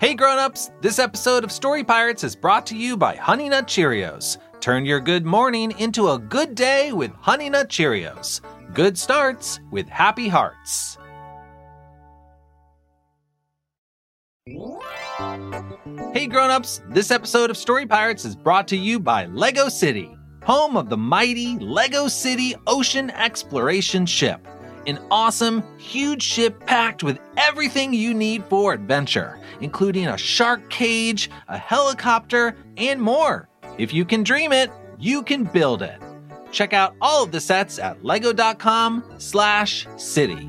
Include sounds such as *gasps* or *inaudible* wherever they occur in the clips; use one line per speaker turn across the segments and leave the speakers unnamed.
Hey grown-ups, this episode of Story Pirates is brought to you by Honey Nut Cheerios. Turn your good morning into a good day with Honey Nut Cheerios. Good starts with happy hearts. Hey grown-ups, this episode of Story Pirates is brought to you by Lego City, home of the mighty Lego City Ocean Exploration Ship. An awesome, huge ship packed with everything you need for adventure, including a shark cage, a helicopter, and more. If you can dream it, you can build it. Check out all of the sets at lego.com/city.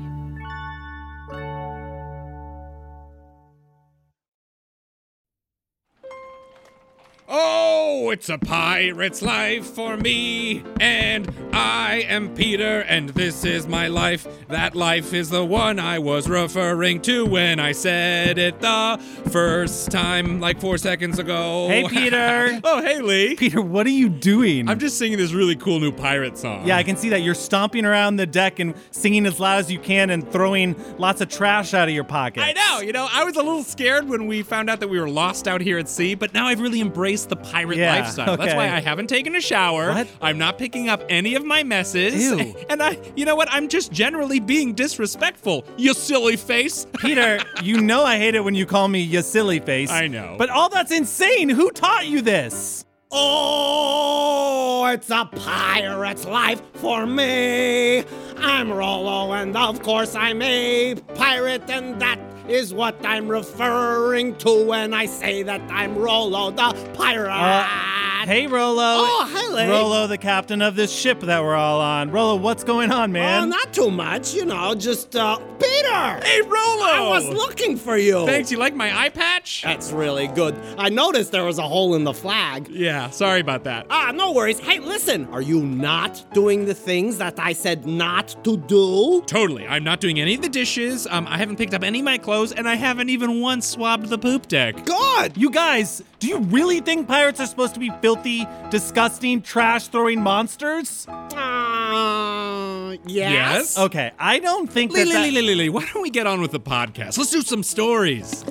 Oh, it's a pirate's life for me. And I am Peter, and this is my life. That life is the one I was referring to when I said it the first time, like four seconds ago.
Hey,
*laughs*
Peter.
oh, hey, Lee.
Peter, what are you doing?
I'm just singing this really cool new pirate song.
yeah, I can see that you're stomping around the deck and singing as loud as you can and throwing lots of trash out of your pocket.
I know, you know, I was a little scared when we found out that we were lost out here at sea, but now I've really embraced the pirate
Yeah,
lifestyle. That's
okay.
why I haven't taken a shower.
What?
I'm not picking up any of my messes.
Ew.
And I, you know what? I'm just generally being disrespectful, you silly face. *laughs*
Peter, you know I hate it when you call me you silly face.
I know.
But all that's insane. Who taught you this?
Oh, it's a pirate's life for me. I'm Rollo, and of course I'm a pirate, and that is what I'm referring to when I say that I'm Rollo the pirate.
Uh,
Uh,
Hey, Rolo.
Oh, hi, Lane.
Rolo, the captain of this ship that we're all on. Rolo, what's going on, man?
Oh, not too much, you know, just uh, Peter.
hey, Rolo!
I was looking for
Oh.
you.
Thanks, you like my eye patch?
That's really good. I noticed there was a hole in the flag.
yeah, sorry about that.
Ah, no worries. Hey, listen, are you not doing the things that I said not to do?
Totally. I'm not doing any of the dishes. Um, I haven't picked up any of my clothes, and I haven't even once swabbed the poop deck.
Good.
You guys, do you really think pirates are supposed to be filthy, disgusting, trash throwing monsters?
Uh, yes.
Yes?
Okay, I don't think
Lee,
that. that-
Lee, Lee, Lee, Lee, why don't we get on with the podcast? Let's do some stories.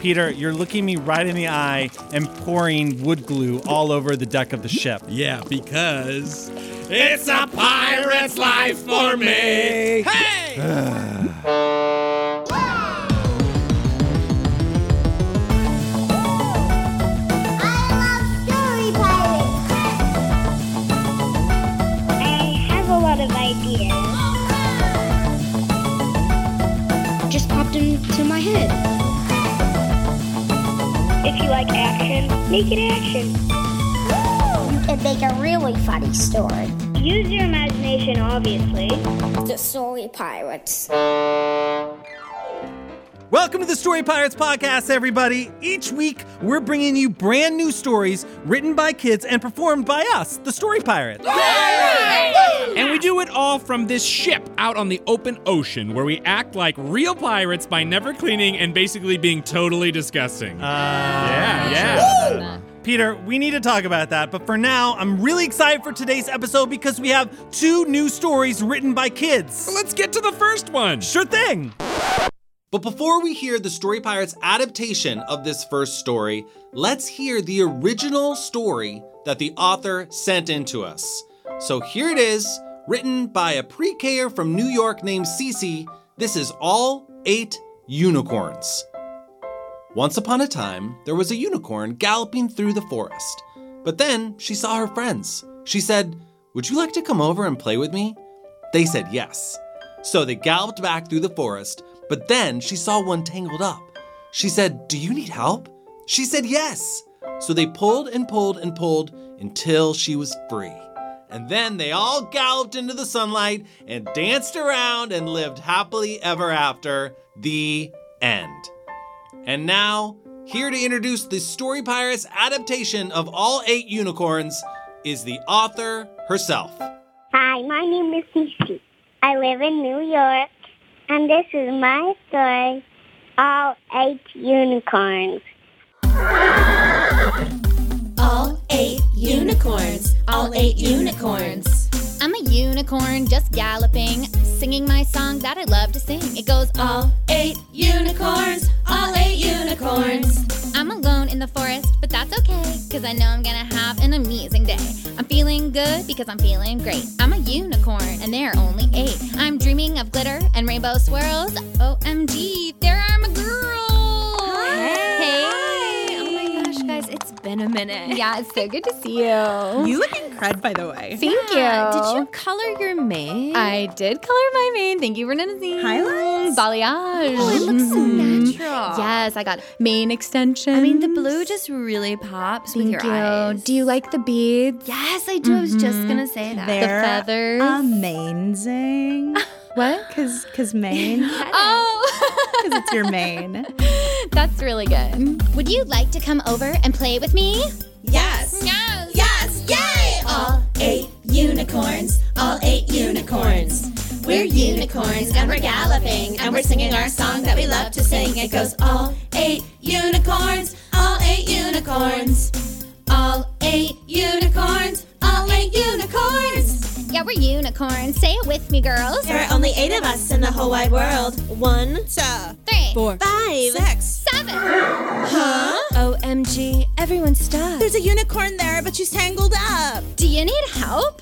Peter, you're looking me right in the eye and pouring wood glue all over the deck of the ship.
Yeah, because it's a pirate's life for me. Hey!
I have a lot of ideas.
just popped into my head.
If you like action, make it action.
You can make a really funny story.
Use your imagination, obviously.
The Story Pirates.
Welcome to the Story Pirates Podcast, everybody. Each week, we're bringing you brand new stories written by kids and performed by us, the Story Pirates.
And we do it all from this ship out on the open ocean where we act like real pirates by never cleaning and basically being totally disgusting.
Uh,
yeah, yeah.
Peter, we need to talk about that, but for now, I'm really excited for today's episode because we have two new stories written by kids.
Let's get to the first one.
Sure thing.
But before we hear the Story Pirates adaptation of this first story, let's hear the original story that the author sent in to us. So here it is, written by a pre Ker from New York named Cece. This is All Eight Unicorns. Once upon a time, there was a unicorn galloping through the forest. But then she saw her friends. She said, Would you like to come over and play with me? They said yes. So they galloped back through the forest, but then she saw one tangled up. She said, Do you need help? She said yes. So they pulled and pulled and pulled until she was free. And then they all galloped into the sunlight and danced around and lived happily ever after. The end. And now, here to introduce the Story Pirates adaptation of All Eight Unicorns is the author herself.
Hi, my name is Cece. I live in New York, and this is my story, All Eight Unicorns.
All eight unicorns. All eight unicorns.
I'm a unicorn just galloping, singing my song that I love to sing. It goes all
All eight unicorns. All eight
the forest, but that's okay, because I know I'm gonna have an amazing day. I'm feeling good because I'm feeling great. I'm a unicorn, and there are only eight. I'm dreaming of glitter and rainbow swirls. OMG, there are my girls! Hey!
Oh my gosh, guys, it's been a minute.
Yeah, it's so good to see you.
You look incred, by the way.
Thank
Yeah,
you.
Did you color your mane?
I did color my mane. Thank you for noticing.
Highlights?
Balayage.
Oh, it looks so
Mhm.
natural.
Yes, I got mane extension.
I mean, the blue just really pops
Thank
with your
you.
eyes.
Do you like the beads? Mm-hmm.
Yes, I do. I was just gonna say that.
The feathers? *laughs*
Amazing.
what?
Cause, cause
*laughs*
Maine.
Oh,
*laughs* Cause it's your Maine.
*laughs* that's really good. Would you like to come over and play with me?
Yes.
Yes.
Yes. Yay. All eight unicorns. All eight unicorns. We're unicorns and we're galloping and we're singing our song that we love to sing. It goes all eight unicorns. All eight unicorns. All eight unicorns. All eight unicorns.
Yeah, we're unicorns. Say it with me, girls.
There are only eight of us in the whole wide world. One, two,
Three,
four, five, six.
seven.
OMG, everyone's stuck.
There's a unicorn there, but she's tangled up.
Do you need help?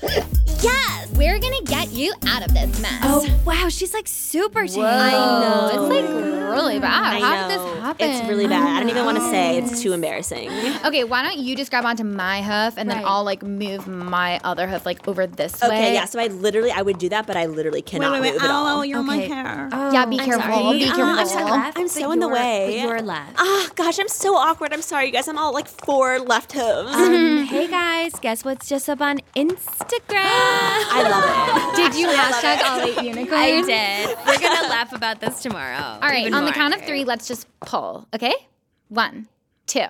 yes. We're gonna get you out of this mess.
Oh wow, she's like super tangled.
It's
*laughs*
like really bad. How did this happen?
It's really bad. I don't even want to say.
Oh.
It's too embarrassing.
Okay, why don't you just grab onto my hoof and then
Right.
I'll like move my other hoof like over this way.
Okay, yeah. So I literally, I would do that, but I literally cannot move at all.
you're
on my
hair.
Oh,
Yeah, be careful. Be careful.
Ah, I'm so left.
I'm
but
so in the
you're-
way.
But you're left.
Ah, gosh, I'm so awkward. I'm sorry, you guys. I'm all like four left hooves. *laughs*
Um, hey guys, guess what's just up on Instagram?
I love it.
Did you hashtag all
*laughs*
eight
I
unicorns?
did. We're gonna laugh about this tomorrow.
All right,
Even
on the
more.
count of three, let's just pull, okay? One, two,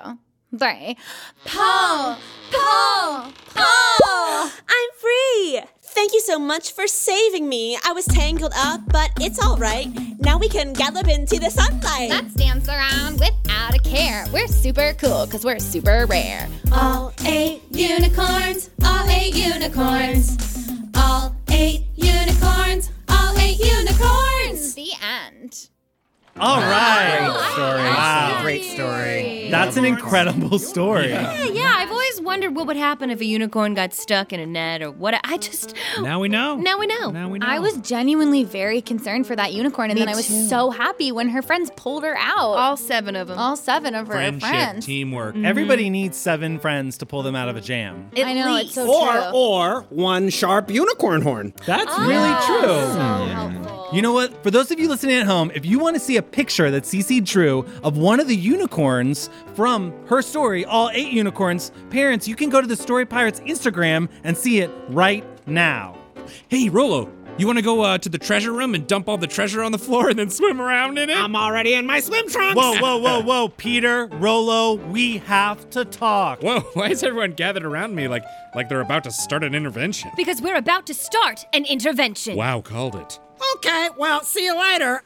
three.
Pull, pull, pull.
I'm free. Thank you so much for saving me. I was tangled up, but it's all right. Now we can gallop into the sunlight.
Let's dance around without a care. We're super cool because we're super rare.
All eight unicorns, all eight unicorns. All eight unicorns, all eight unicorns.
The end.
All right.
Wow. Great story.
That's an incredible story.
Yeah, yeah. I've always wondered what would happen if a unicorn got stuck in a net or what. I just
Now we know.
now we know.
Now we know.
I was genuinely very concerned for that unicorn, and
Me
then I was
too.
so happy when her friends pulled her out.
all seven of them.
All seven of her
friendship,
friends.
teamwork.
Everybody needs seven friends to pull them out of a jam.
I know it's so
Or,
true.
or one sharp unicorn horn.
That's really true.
Ah, So helpful.
You know what? For those of you listening at home, if you want to see a picture that CC drew of one of the unicorns from her story, All Eight Unicorns, parents, you can go to the Story Pirates Instagram and see it right now.
Hey, Rolo, you want to go uh, to the treasure room and dump all the treasure on the floor and then swim around in it?
I'm already in my swim trunks.
Whoa, whoa, whoa, whoa, Peter, Rolo, we have to talk.
Whoa! *laughs* Why is everyone gathered around me like like they're about to start an intervention?
Because we're about to start an intervention.
Wow, called it.
Okay, well, see you later.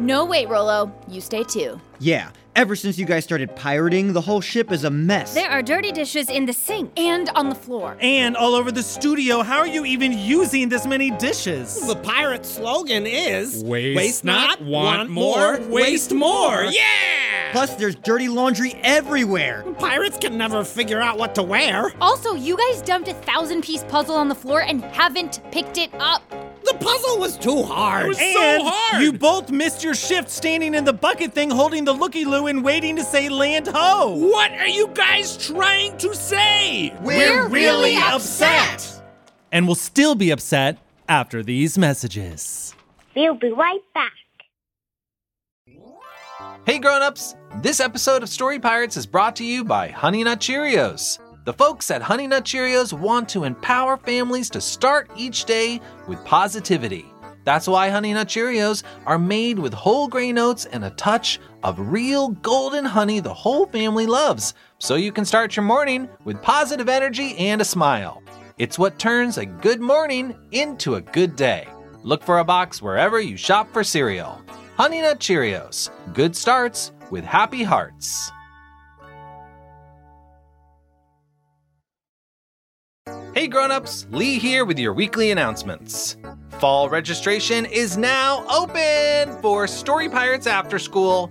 No way, Rolo. You stay too.
Yeah, ever since you guys started pirating, the whole ship is a mess.
There are dirty dishes in the sink.
And on the floor.
And all over the studio, how are you even using this many dishes?
The pirate slogan is
Waste not, want more, waste more."
Yeah!
Plus, there's dirty laundry everywhere.
Pirates can never figure out what to wear.
Also, you guys dumped a thousand piece puzzle on the floor and haven't picked it up.
The puzzle was too hard.
was- So
and
hard.
you both missed your shift standing in the bucket thing holding the looky loo and waiting to say land ho.
What are you guys trying to say?
We're
really upset. And will still be upset after these messages.
We'll be right back.
Hey grown-ups! This episode of Story Pirates is brought to you by Honey Nut Cheerios. The folks at Honey Nut Cheerios want to empower families to start each day with positivity. That's why Honey Nut Cheerios are made with whole grain oats and a touch of real golden honey the whole family loves, so you can start your morning with positive energy and a smile. It's what turns a good morning into a good day. Look for a box wherever you shop for cereal. Honey Nut Cheerios. Good starts with happy hearts. Hey grown-ups, Lee here with your weekly announcements. Fall registration is now open for Story Pirates After School,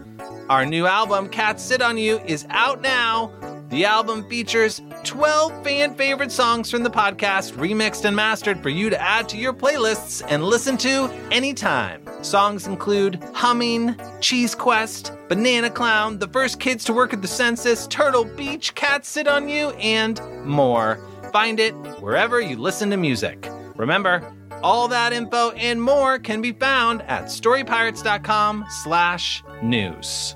Our new album, Cats Sit On You, is out now. The album features 12 fan favorite songs from the podcast, remixed and mastered for you to add to your playlists and listen to anytime. Songs include Humming, Cheese Quest, Banana Clown, The First Kids to Work at the Census, Turtle Beach, Cats Sit on You, and more. Find it wherever you listen to music. Remember, all that info and more can be found at storypirates.com slash news.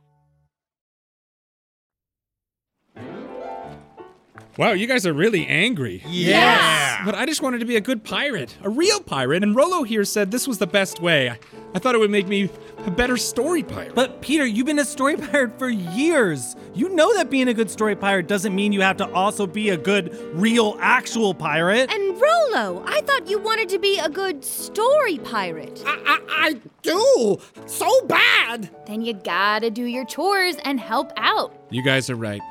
Wow, you guys are really angry.
Yes.
But I just wanted to be a good pirate, a real pirate, and Rolo here said this was the best way. I, I thought it would make me a better story pirate.
But Peter, you've been a story pirate for years. You know that being a good story pirate doesn't mean you have to also be a good, real, actual pirate.
And Rolo, I thought you wanted to be a good story pirate. I, I, I do! So bad! Then you gotta do your chores and help out.
You guys are right.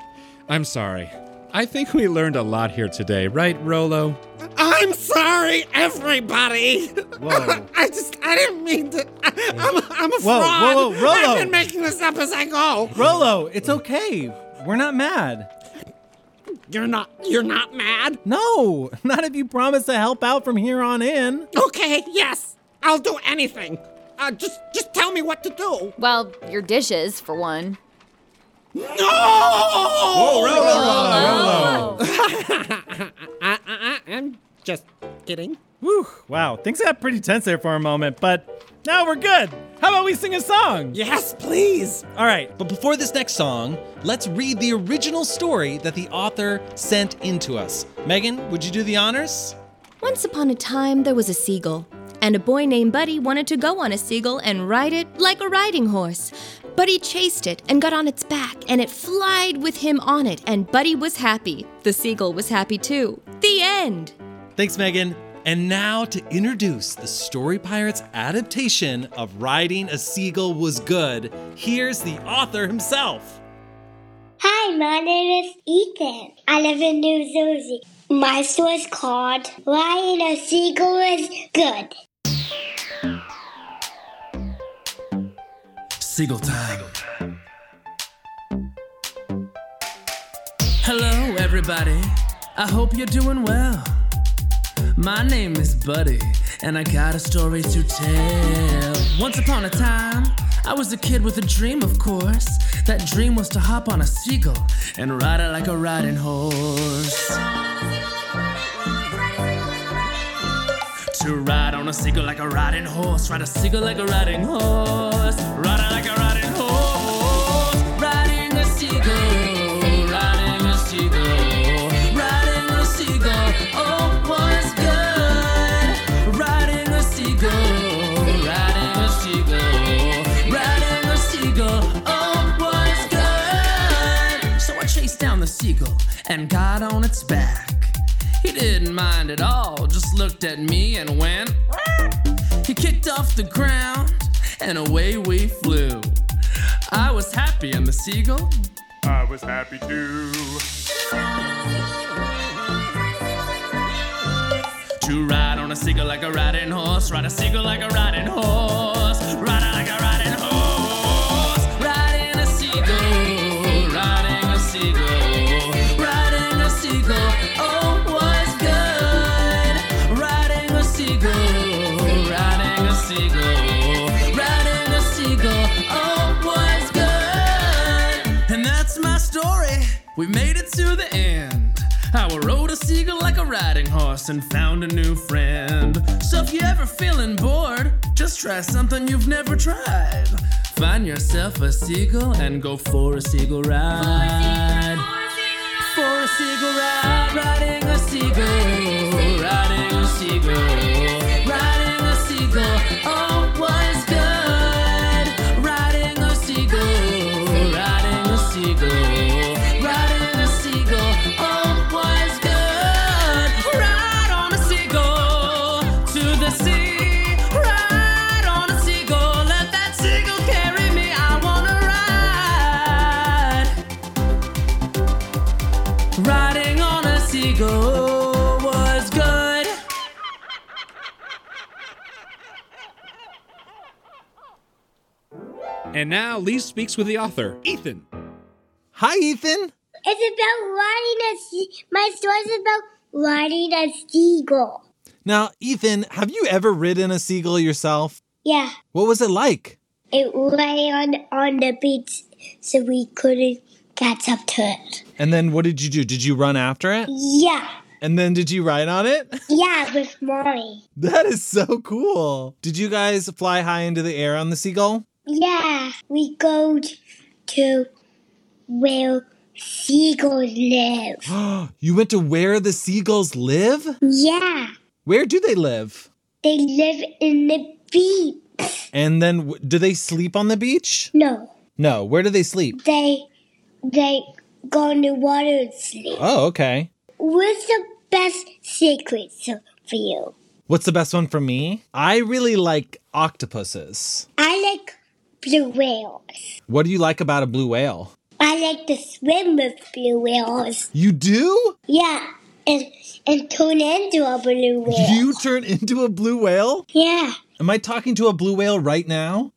I'm sorry. I think we learned a lot here today, right, Rolo?
I'm sorry, everybody.
Whoa.
*laughs* I just, I didn't mean to. I, I'm, I'm a
Whoa,
fraud.
whoa, whoa, Rolo.
I've been making this up as I go.
Rolo, it's okay. We're not mad.
You're not. You're not mad.
No, *laughs* not if you promise to help out from here on in.
Okay, yes, I'll do anything. Uh, just, just tell me what to do.
Well, your dishes, for one.
Oh!
Whoa,
Rolo, Rolo.
I, I, I, I'm just kidding.
Whew, wow, things got pretty tense there for a moment, but now we're good. How about we sing a song?
Yes, please.
All right.
But before this next song, let's read the original story that the author sent in to us. Megan, would you do the honors?
Once upon a time, there was a seagull, and a boy named Buddy wanted to go on a seagull and ride it like a riding horse. Buddy chased it and got on its back, and it flied with him on it, and Buddy was happy. The seagull was happy too. The end.
Thanks, Megan. And now to introduce the Story Pirates adaptation of Riding a Seagull Was Good, here's the author himself.
Hi, my name is Ethan. I live in New Jersey. My store is called Lion a Seagull is Good.
Seagull time. Hello, everybody. I hope you're doing well. My name is Buddy, and I got a story to tell. Once upon a time, I was a kid with a dream, of course. That dream was to hop on a seagull and ride it like a riding horse. To ride on a seagull like a riding horse, ride a seagull like a riding horse, ride it like a riding horse, riding a seagull, riding a seagull, riding a seagull. Oh, was good. Riding a seagull, riding a seagull, riding a seagull. Oh, was good. So I chased down the seagull and got on its back. He didn't mind at all, just looked at me and went. "Wah." He kicked off the ground and away we flew. I was happy and the seagull.
I was happy too.
To ride on a seagull like a riding horse, ride a seagull like a riding horse, ride it like a riding horse, riding a seagull, riding a seagull, riding a seagull. Oh, was good, riding a seagull, riding a seagull, riding a seagull. Oh, was good, and that's my story. We made it to the end. I rode a seagull like a riding horse and found a new friend. So if you're ever feeling bored, just try something you've never tried. Find yourself a seagull and go for a seagull ride. For a seagull ride, riding a seagull, riding a seagull, riding a seagull. Oh, was good. Riding a seagull, riding a seagull, riding a seagull. Oh, was good. Ride on a seagull to the sea. Ride on a seagull, let that seagull carry me. I wanna ride. Riding on a seagull was good.
And now Lee speaks with the author, Ethan.
Hi, Ethan.
It's about riding a sea. My story's about riding a seagull.
Now, Ethan, have you ever ridden a seagull yourself?
Yeah,
What was it like?
it lay on on the beach, so we couldn't catch up to it.
And then what did you do? Did you run after it?
Yeah,
And then did you ride on it?
yeah, with mommy.
That is so cool. Did you guys fly high into the air on the seagull? *gasps*
Yeah, we go t- to where seagulls live.
you went to where the seagulls live?
Yeah,
Where do they live?
they live in the beach.
And then w- do they sleep on the beach?
No,
No, where do they sleep?
they they go in the water and sleep.
Oh, okay.
What's the best secret so- for you?
What's the best one for me? I really like octopuses.
I like blue whales.
What do you like about a blue whale?
I like to swim with blue whales.
You do?
Yeah, and and turn into a blue whale.
You turn into a blue whale?
Yeah.
Am I talking to a blue whale right now?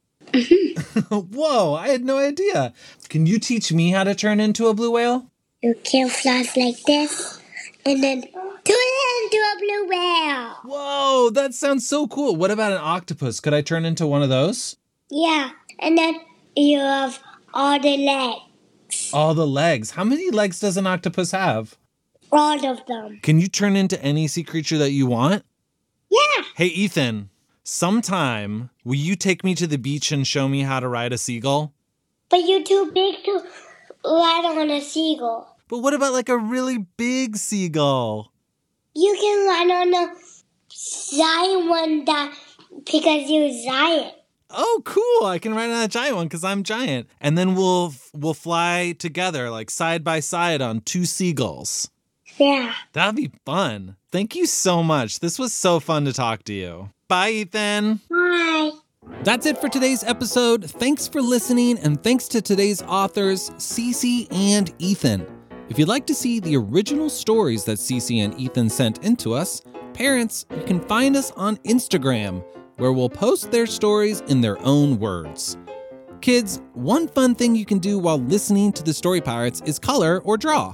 *laughs* Whoa, I had no idea. Can you teach me how to turn into a blue whale?
You kill flies like this, and then turn into a blue whale.
Whoa, that sounds so cool. What about an octopus? Could I turn into one of those?
Yeah, and then you have all the legs,
All the legs. How many legs does an octopus have?
all of them.
Can you turn into any sea creature that you want?
Yeah.
Hey, Ethan, sometime will you take me to the beach and show me how to ride a seagull?
But you're too big to ride on a seagull.
But what about like a really big seagull?
You can ride on a giant one that because you're giant.
Oh, cool! I can ride on a giant one because I'm giant, and then we'll we'll fly together, like side by side, on two seagulls.
Yeah.
That'd be fun. Thank you so much. This was so fun to talk to you. Bye, Ethan.
Bye.
That's it for today's episode. Thanks for listening, and thanks to today's authors, Cece and Ethan. If you'd like to see the original stories that Cece and Ethan sent into us, parents, you can find us on Instagram, where we'll post their stories in their own words. Kids, one fun thing you can do while listening to the Story Pirates is color or draw.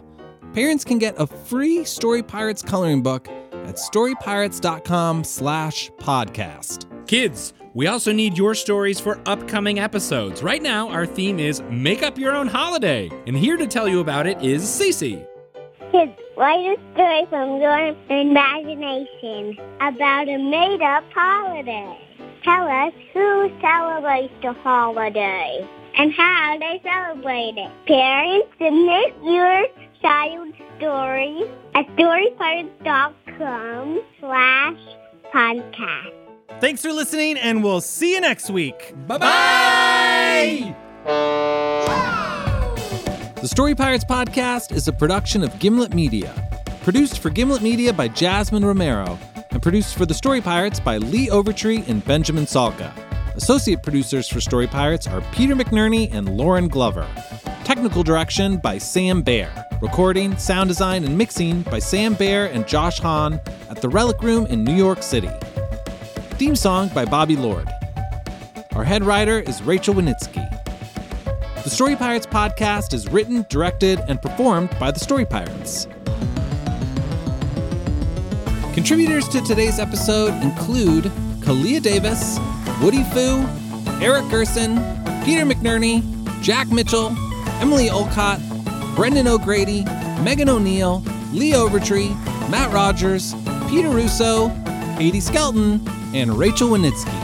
Parents can get a free Story Pirates coloring book at storypirates.com/podcast.
Kids, we also need your stories for upcoming episodes. Right now, our theme is Make Up Your Own Holiday, and here to tell you about it is Cece.
Kids, write a story from your imagination about a made-up holiday. Tell us who celebrates the holiday and how they celebrate it. Parents, submit your child stories at storypirates.com slash podcast.
Thanks for listening, and we'll see you next week.
Bye bye.
The Story Pirates podcast is a production of Gimlet Media, produced for Gimlet Media by Jasmine Romero, and produced for The Story Pirates by Lee Overtree and Benjamin Salka. A Associate producers for Story Pirates are Peter McNerney and Lauren Glover. Technical direction by Sam Baer. Recording, sound design, and mixing by Sam Baer and Josh Hahn at the Relic Room in New York City. Theme song by Bobby Lord. Our head writer is Rachel Winitsky. The Story Pirates podcast is written, directed, and performed by the Story Pirates. Contributors to today's episode include Kalia Davis, Woody Fu, Eric Gerson, Peter McNerney, Jack Mitchell, Emily Olcott, Brendan O'Grady, Megan O'Neill, Lee Overtree, Matt Rogers, Peter Russo, Katie Skelton, and Rachel Winitsky.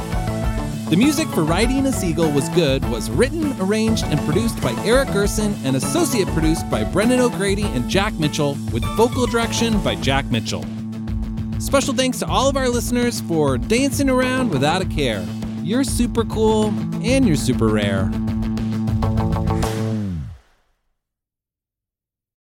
The music for Riding a Seagull Was Good was written, arranged, and produced by Eric Gerson and associate produced by Brendan O'Grady and Jack Mitchell, with vocal direction by Jack Mitchell. Special thanks to all of our listeners for dancing around without a care. You're super cool and you're super rare.